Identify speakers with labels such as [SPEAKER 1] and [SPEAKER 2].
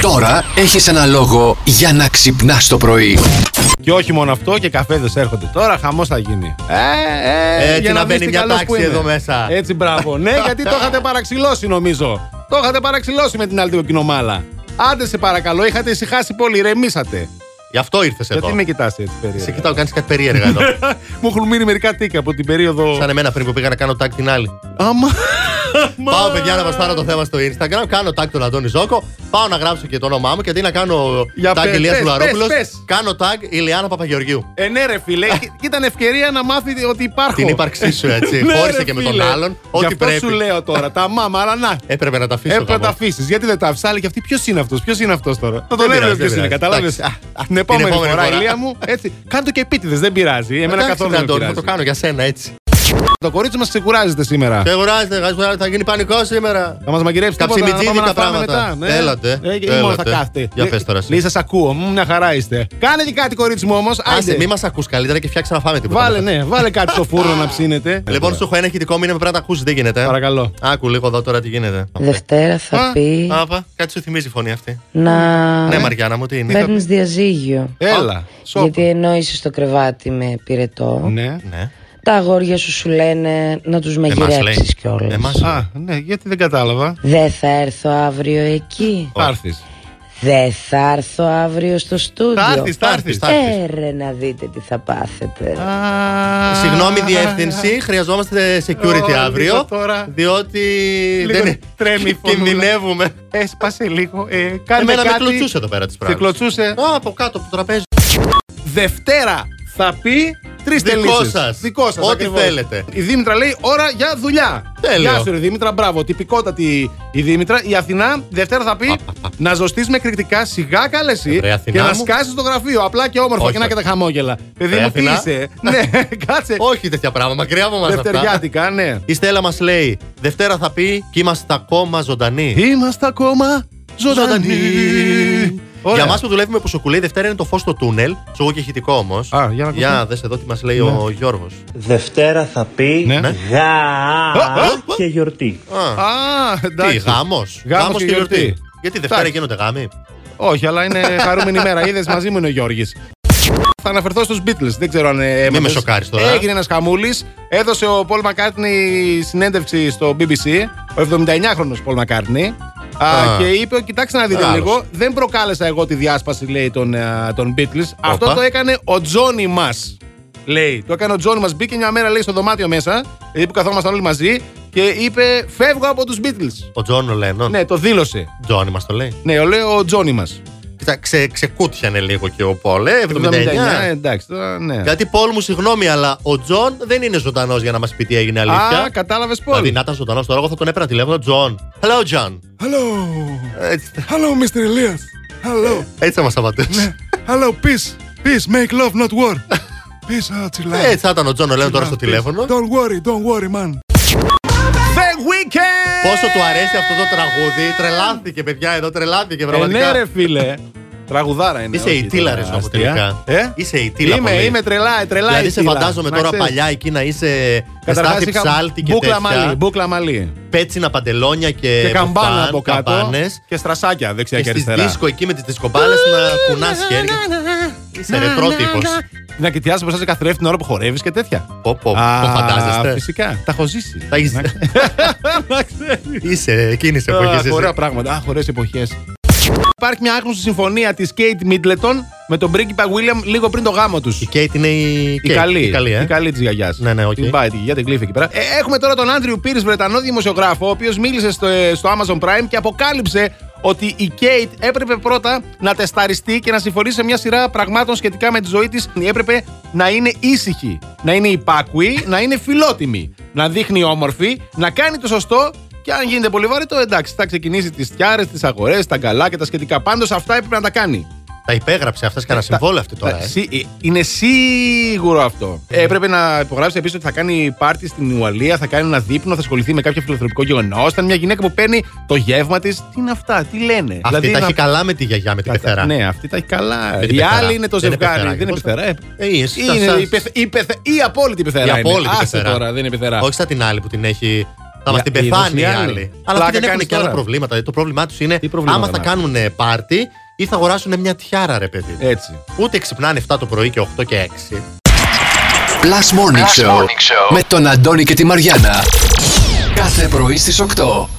[SPEAKER 1] Τώρα έχεις ένα λόγο για να ξυπνάς το πρωί.
[SPEAKER 2] Και όχι μόνο αυτό, και καφέδες έρχονται τώρα, χαμός θα γίνει. Ε,
[SPEAKER 3] Έτσι
[SPEAKER 2] για
[SPEAKER 3] να
[SPEAKER 2] δεις
[SPEAKER 3] μπαίνει
[SPEAKER 2] τι
[SPEAKER 3] μια
[SPEAKER 2] καλός
[SPEAKER 3] τάξη
[SPEAKER 2] που είναι.
[SPEAKER 3] εδώ μέσα.
[SPEAKER 2] Έτσι, μπράβο. ναι, γιατί το είχατε παραξηλώσει νομίζω. Το είχατε παραξηλώσει με την άλλη κοινομάλα. Άντε σε παρακαλώ, είχατε ησυχάσει πολύ, ρεμίσατε.
[SPEAKER 3] Γι' αυτό ήρθες εδώ.
[SPEAKER 2] Γιατί με κοιτάς έτσι περίεργα.
[SPEAKER 3] Σε κοιτάω, κάνεις κάτι περίεργα εδώ.
[SPEAKER 2] Μου έχουν μείνει μερικά τίκα από την περίοδο.
[SPEAKER 3] Σαν εμένα πριν που πήγα να κάνω tag την άλλη.
[SPEAKER 2] Άμα.
[SPEAKER 3] Πάω, παιδιά, να βαστάρω το θέμα στο Instagram. Κάνω tag τον Αντώνη Ζόκο. Πάω να γράψω και το όνομά μου και αντί να κάνω
[SPEAKER 2] Για
[SPEAKER 3] tag
[SPEAKER 2] πες,
[SPEAKER 3] Ηλίας
[SPEAKER 2] πες,
[SPEAKER 3] Τουλαρόπουλο,
[SPEAKER 2] πες, πες.
[SPEAKER 3] κάνω tag Ηλιάνα Παπαγεωργίου.
[SPEAKER 2] Ε, ναι, ρε φίλε, ή- ήταν ευκαιρία να μάθει ότι υπάρχω.
[SPEAKER 3] Την ύπαρξή σου, έτσι.
[SPEAKER 2] Ναι,
[SPEAKER 3] Χώρισε
[SPEAKER 2] ρε,
[SPEAKER 3] και με τον
[SPEAKER 2] φίλε.
[SPEAKER 3] άλλον.
[SPEAKER 2] Γι'
[SPEAKER 3] Ό,τι
[SPEAKER 2] αυτό σου
[SPEAKER 3] πρέπει.
[SPEAKER 2] λέω τώρα. Τα μάμα, αλλά να.
[SPEAKER 3] Έπρεπε να τα αφήσω.
[SPEAKER 2] Έπρεπε να τα
[SPEAKER 3] γάμο.
[SPEAKER 2] αφήσεις. Γιατί δεν τα αφήσει. Άλλοι και αυτοί ποιος είναι αυτός, ποιος είναι αυτός τώρα. Θα το
[SPEAKER 3] Δεν
[SPEAKER 2] λέμε
[SPEAKER 3] πειράζει,
[SPEAKER 2] ποιος
[SPEAKER 3] δεν
[SPEAKER 2] είναι,
[SPEAKER 3] πειράζει.
[SPEAKER 2] κατάλαβες.
[SPEAKER 3] Εντάξει, α, α,
[SPEAKER 2] Την επόμενη φορά,
[SPEAKER 3] φορά.
[SPEAKER 2] ηλία μου. Έτσι. Κάντο και επίτηδες, δεν πειράζει. Εμένα
[SPEAKER 3] Εντάξει,
[SPEAKER 2] καθόλου
[SPEAKER 3] ρε,
[SPEAKER 2] δεν
[SPEAKER 3] Αντώνη, θα
[SPEAKER 2] πειράζει.
[SPEAKER 3] το κάνω για σένα, έτσι.
[SPEAKER 2] Το κορίτσι μας ξεκουράζεται σήμερα.
[SPEAKER 3] Και αγοράζετε, γάζετε, θα γίνει πανικός σήμερα.
[SPEAKER 2] Θα μας μαγειρέψει τίποτα, να
[SPEAKER 3] Καψιμιτζίδικα
[SPEAKER 2] πάμε να φάμε
[SPEAKER 3] πράγματα.
[SPEAKER 2] μετά. Ναι.
[SPEAKER 3] Έλατε,
[SPEAKER 2] Ε, Ή μόνο θα
[SPEAKER 3] έλατε.
[SPEAKER 2] κάθετε.
[SPEAKER 3] Για πες τώρα εσύ.
[SPEAKER 2] Λέει, σας ακούω, μ, μια χαρά είστε. Κάνε και κάτι, κορίτσι μου όμως.
[SPEAKER 3] Άσε, μη μας ακούς καλύτερα και φτιάξα να φάμε τίποτα.
[SPEAKER 2] Βάλε,
[SPEAKER 3] μετά.
[SPEAKER 2] ναι, βάλε κάτι στο φούρνο να ψήνετε.
[SPEAKER 3] Λοιπόν, σου έχω ένα ηχητικό μήνυμα πρέπει να τα ακούσεις, δεν γίνεται. ε.
[SPEAKER 2] Παρακαλώ.
[SPEAKER 3] Άκου λίγο εδώ τώρα τι γίνεται.
[SPEAKER 4] Δευτέρα θα
[SPEAKER 2] Α,
[SPEAKER 4] πει
[SPEAKER 3] Άπα, κάτι σου θυμίζει η φωνή αυτή.
[SPEAKER 4] να
[SPEAKER 3] Ναι, Μαριάννα μου, τι είναι.
[SPEAKER 4] παίρνεις διαζύγιο.
[SPEAKER 2] Έλα. σοπ.
[SPEAKER 4] Γιατί ενώ είσαι στο κρεβάτι με πυρετό,
[SPEAKER 2] Ναι.
[SPEAKER 3] Ναι.
[SPEAKER 4] τα αγόρια σου σου λένε να τους μαγειρέψεις κιόλας.
[SPEAKER 3] Εμάς.
[SPEAKER 2] Α, ναι, γιατί δεν κατάλαβα.
[SPEAKER 4] Δεν θα έρθω αύριο εκεί.
[SPEAKER 2] Θα έρθεις.
[SPEAKER 4] Δεν θα έρθω αύριο στο στούντιο.
[SPEAKER 2] Θα έρθεις, θα έρθει.
[SPEAKER 3] θα έρθεις.
[SPEAKER 4] Έρε να δείτε τι θα πάθετε.
[SPEAKER 3] Συγγνώμη, διεύθυνση. Χρειαζόμαστε security
[SPEAKER 2] Ωραία,
[SPEAKER 3] αύριο.
[SPEAKER 2] τώρα.
[SPEAKER 3] Διότι
[SPEAKER 2] Λίγο
[SPEAKER 3] δεν
[SPEAKER 2] τρέμει η φωνούλα.
[SPEAKER 3] Κινδυνεύουμε.
[SPEAKER 2] Έσπασε λίγο. Ε, κάνε
[SPEAKER 3] Εμένα με
[SPEAKER 2] κάτι.
[SPEAKER 3] κλωτσούσε εδώ πέρα τη
[SPEAKER 2] Σε
[SPEAKER 3] πράγμα.
[SPEAKER 2] κλωτσούσε.
[SPEAKER 3] Α, από κάτω από το τραπέζι.
[SPEAKER 2] Δευτέρα θα πει τρεις
[SPEAKER 3] Δικό
[SPEAKER 2] τελίτσες.
[SPEAKER 3] σας.
[SPEAKER 2] Δικό σας.
[SPEAKER 3] Ό,τι θέλετε.
[SPEAKER 2] Η Δήμητρα λέει ώρα για δουλειά.
[SPEAKER 3] Τέλειο.
[SPEAKER 2] Γεια σου, ρε Δήμητρα. Μπράβο. Τυπικότατη η Δήμητρα. Η Αθηνά Δευτέρα θα πει να ζωστείς με κριτικά σιγά καλέ εσύ
[SPEAKER 3] Ε, ρε, Αθηνά
[SPEAKER 2] και να
[SPEAKER 3] μου.
[SPEAKER 2] σκάσεις το γραφείο. Απλά και όμορφα
[SPEAKER 3] Όχι,
[SPEAKER 2] και να
[SPEAKER 3] ρε.
[SPEAKER 2] και τα χαμόγελα. Παιδί
[SPEAKER 3] Ρε,
[SPEAKER 2] μου, τι
[SPEAKER 3] Αθηνά.
[SPEAKER 2] είσαι. Ναι, κάτσε.
[SPEAKER 3] Όχι τέτοια πράγματα, μακριά από εμά αυτά.
[SPEAKER 2] Δευτεριάτικα, ναι.
[SPEAKER 3] Η Στέλλα μας λέει: Δευτέρα θα πει και είμαστε ακόμα ζωντανοί.
[SPEAKER 2] Είμαστε ακόμα ζωντανοί.
[SPEAKER 3] Για εμά που δουλεύουμε που σοκουλεί, η Δευτέρα είναι το φως στο τούνελ. Σου εγώ και ηχητικό όμως.
[SPEAKER 2] Α, Ναι. για να ακούσουμε.
[SPEAKER 3] Για δες εδώ τι μας λέει ο Γιώργος.
[SPEAKER 5] Δευτέρα θα πει
[SPEAKER 2] Ναι.
[SPEAKER 5] γα
[SPEAKER 3] Α,
[SPEAKER 5] και γιορτή.
[SPEAKER 3] Α,
[SPEAKER 2] Α,
[SPEAKER 3] Τι,
[SPEAKER 2] εντάξει.
[SPEAKER 3] γάμο.
[SPEAKER 2] Γάμος και γιορτή.
[SPEAKER 3] Γιατί Δευτέρα
[SPEAKER 2] Εντάξει.
[SPEAKER 3] γίνονται γάμοι.
[SPEAKER 2] Όχι, αλλά είναι χαρούμενη ημέρα. Είδες μαζί μου είναι ο Γιώργης. Θα αναφερθώ στους Beatles. Δεν ξέρω αν. Ε,
[SPEAKER 3] με σοκάρεις τώρα.
[SPEAKER 2] Έγινε ένας χαμούλης. Έδωσε ο Πολ Μακάρτνη συνέντευξη στο BBC. Ο 79χρονο Πολ Μακάρτνη.
[SPEAKER 3] Α.
[SPEAKER 2] και είπε: Κοιτάξτε να δείτε
[SPEAKER 3] Μεγάλος.
[SPEAKER 2] λίγο. Δεν προκάλεσα εγώ τη διάσπαση, λέει, των, ε, των Beatles. Αυτό το έκανε ο Τζόνι μας. Λέει. Το έκανε ο Τζόνι μας. Μπήκε μια μέρα, λέει, στο δωμάτιο μέσα. ε, που καθόμασταν όλοι μαζί. Και είπε: Φεύγω από τους Beatles.
[SPEAKER 3] Ο Τζον ο Λένον.
[SPEAKER 2] Ναι, το δήλωσε.
[SPEAKER 3] Τζόνι μας το λέει.
[SPEAKER 2] Ναι, ο λέει ο Τζόνι μας.
[SPEAKER 3] Κοίτα, ξε, ξεκούτιανε λίγο και ο Πολ. ε,
[SPEAKER 2] 79,
[SPEAKER 3] 79.
[SPEAKER 2] εντάξει, τώρα ναι.
[SPEAKER 3] Γιατί Πολ μου, συγγνώμη, αλλά ο Τζον δεν είναι ζωντανός για να μας πει τι έγινε αλήθεια.
[SPEAKER 2] Α, κατάλαβες πώ.
[SPEAKER 3] Δηλαδή, να ήταν ζωντανός τώρα, εγώ θα τον έπαιρνα τηλέφωνο Τζον. Hello, John.
[SPEAKER 6] Hello.
[SPEAKER 3] Έτσι,
[SPEAKER 6] Hello, Mr. Elias. Hello.
[SPEAKER 3] έτσι θα μας απαντήσεις.
[SPEAKER 6] Hello, peace. Peace, make love, not war. Peace, ah,
[SPEAKER 2] Ναι,
[SPEAKER 6] chill out.
[SPEAKER 3] Έτσι θα ήταν ο Τζον, ο Λέων τώρα Ε, στο τηλέφωνο.
[SPEAKER 6] Don't worry, don't worry, man.
[SPEAKER 2] The Weekend!
[SPEAKER 3] Πόσο του αρέσει αυτό το τραγούδι. Τρελάθηκε, παιδιά, εδώ τρελάθηκε
[SPEAKER 2] Ε, ναι,
[SPEAKER 3] πραγματικά.
[SPEAKER 2] ρε φίλε. Τραγουδάρα είναι.
[SPEAKER 3] Είσαι
[SPEAKER 2] όχι
[SPEAKER 3] η Τίλα, ρε
[SPEAKER 2] τώρα,
[SPEAKER 3] Ζώκο,
[SPEAKER 2] αστεία.
[SPEAKER 3] τελικά.
[SPEAKER 2] Ε?
[SPEAKER 3] Είσαι η Τίλα.
[SPEAKER 2] Είμαι,
[SPEAKER 3] πολύ.
[SPEAKER 2] είμαι τρελά, τρελά.
[SPEAKER 3] Δηλαδή,
[SPEAKER 2] η
[SPEAKER 3] σε
[SPEAKER 2] Τίλα,
[SPEAKER 3] φαντάζομαι
[SPEAKER 2] να
[SPEAKER 3] τώρα
[SPEAKER 2] ξέρεις.
[SPEAKER 3] παλιά εκεί να είσαι με
[SPEAKER 2] Καταρχάς
[SPEAKER 3] στάθη
[SPEAKER 2] είχα
[SPEAKER 3] ψάλτη και
[SPEAKER 2] μπούκλα
[SPEAKER 3] τέτοια.
[SPEAKER 2] μαλλί, μπούκλα μαλλί.
[SPEAKER 3] Πέτσινα παντελόνια και,
[SPEAKER 2] Και καμπάνα
[SPEAKER 3] μπουφάν,
[SPEAKER 2] από κάτω.
[SPEAKER 3] καμπάνες.
[SPEAKER 2] Και στρασάκια δεξιά
[SPEAKER 3] Και
[SPEAKER 2] και
[SPEAKER 3] στις
[SPEAKER 2] αριστερά.
[SPEAKER 3] δίσκο εκεί με τις δισκοπάλες να κουνάς χέρια. Είσαι ρετρό τύπος.
[SPEAKER 2] Να κοιτιάζει μπροστά σε καθρέφτη την ώρα που χορεύεις και τέτοια.
[SPEAKER 3] Πω, πω,
[SPEAKER 2] Α,
[SPEAKER 3] το φαντάζεστε.
[SPEAKER 2] Φυσικά. Τα έχω ζήσει.
[SPEAKER 3] Τα έχεις-
[SPEAKER 2] Να ξέρεις.
[SPEAKER 3] Είσαι εκείνης
[SPEAKER 2] Ναι. Α,
[SPEAKER 3] εποχής.
[SPEAKER 2] Ωραία πράγματα. Αχ, ωραίε εποχές. Υπάρχει μια άγνωστη συμφωνία της Κέιτ Μίτλετον με τον πρίγκιπα Βίλιαμ λίγο πριν το γάμο τους.
[SPEAKER 3] Η Κέιτ είναι η,
[SPEAKER 2] Η καλή,
[SPEAKER 3] Η καλή, ε.
[SPEAKER 2] της γιαγιάς.
[SPEAKER 3] Ναι, ναι, οκ.
[SPEAKER 2] Την πάει, την γιαγιά την κλείφει εκεί πέρα. Ε, έχουμε τώρα τον Άντριου Πύρης, Βρετανό δημοσιογράφο, ο οποίος μίλησε στο, ε, στο Amazon Prime και αποκάλυψε ότι η Κέιτ έπρεπε πρώτα να τεσταριστεί και να συμφωνήσει σε μια σειρά πραγμάτων σχετικά με τη ζωή της. Έπρεπε να είναι ήσυχη, να είναι υπάκουη, να είναι φιλότιμη, να δείχνει όμορφη, να κάνει το σωστό και αν γίνεται πολύ βαρύ, εντάξει, θα ξεκινήσει τις τιάρε, τις αγορές, τα καλά και τα σχετικά. Πάντως αυτά έπρεπε να τα κάνει.
[SPEAKER 3] Τα υπέγραψε αυτά και ένα
[SPEAKER 2] Τα-
[SPEAKER 3] συμβόλαιο αυτή τώρα.
[SPEAKER 2] τα-
[SPEAKER 3] ε.
[SPEAKER 2] σί- ε, Είναι σίγουρο αυτό. Ε, Έπρεπε να υπογράψει επίση ότι θα κάνει πάρτι στην Ουαλία, θα κάνει ένα δείπνο, θα ασχοληθεί με κάποιο φιλοθροπικό γεγονός. Ήταν μια γυναίκα που παίρνει το γεύμα της. Τι είναι αυτά, τι λένε.
[SPEAKER 3] Αυτή τα
[SPEAKER 2] δηλαδή να-
[SPEAKER 3] έχει καλά με τη γιαγιά, με την
[SPEAKER 2] τα- τα-
[SPEAKER 3] πεθερά.
[SPEAKER 2] Ναι, αυτή τα έχει καλά.
[SPEAKER 3] Με την
[SPEAKER 2] Η
[SPEAKER 3] πεθερά.
[SPEAKER 2] άλλη είναι το
[SPEAKER 3] Δεν είναι
[SPEAKER 2] ζευγάρι.
[SPEAKER 3] πεθερά.
[SPEAKER 2] Δεν είναι
[SPEAKER 3] Πώς τα-
[SPEAKER 2] πεθερά. ε.
[SPEAKER 3] Ε, εσύ, τα-
[SPEAKER 2] Είναι
[SPEAKER 3] σας-
[SPEAKER 2] η πεθ- η πεθ- η απόλυτη πεθερά.
[SPEAKER 3] Η
[SPEAKER 2] είναι.
[SPEAKER 3] απόλυτη
[SPEAKER 2] Άσε
[SPEAKER 3] πεθερά.
[SPEAKER 2] τώρα, δεν είναι πεθερά.
[SPEAKER 3] Όχι σαν την άλλη που την έχει. Θα μας
[SPEAKER 2] Για-
[SPEAKER 3] την
[SPEAKER 2] είδες,
[SPEAKER 3] πεθάνει οι
[SPEAKER 2] Γιάννη.
[SPEAKER 3] άλλοι. Αλλά
[SPEAKER 2] Πλάκα
[SPEAKER 3] αυτοί δεν έχουν
[SPEAKER 2] κάνεις
[SPEAKER 3] και άλλα
[SPEAKER 2] τώρα.
[SPEAKER 3] προβλήματα. Δηλαδή, Το πρόβλημά τους είναι
[SPEAKER 2] Τι προβλήματα
[SPEAKER 3] άμα θα
[SPEAKER 2] να
[SPEAKER 3] κάνουν πάρτι ή θα αγοράσουν μια τιάρα, ρε παιδί.
[SPEAKER 2] Έτσι.
[SPEAKER 3] Ούτε ξυπνάνε 7 το πρωί και 8 και 6.
[SPEAKER 1] Plus Morning, Show, με τον Αντώνη και τη Μαριάνα. Κάθε πρωί στις 8.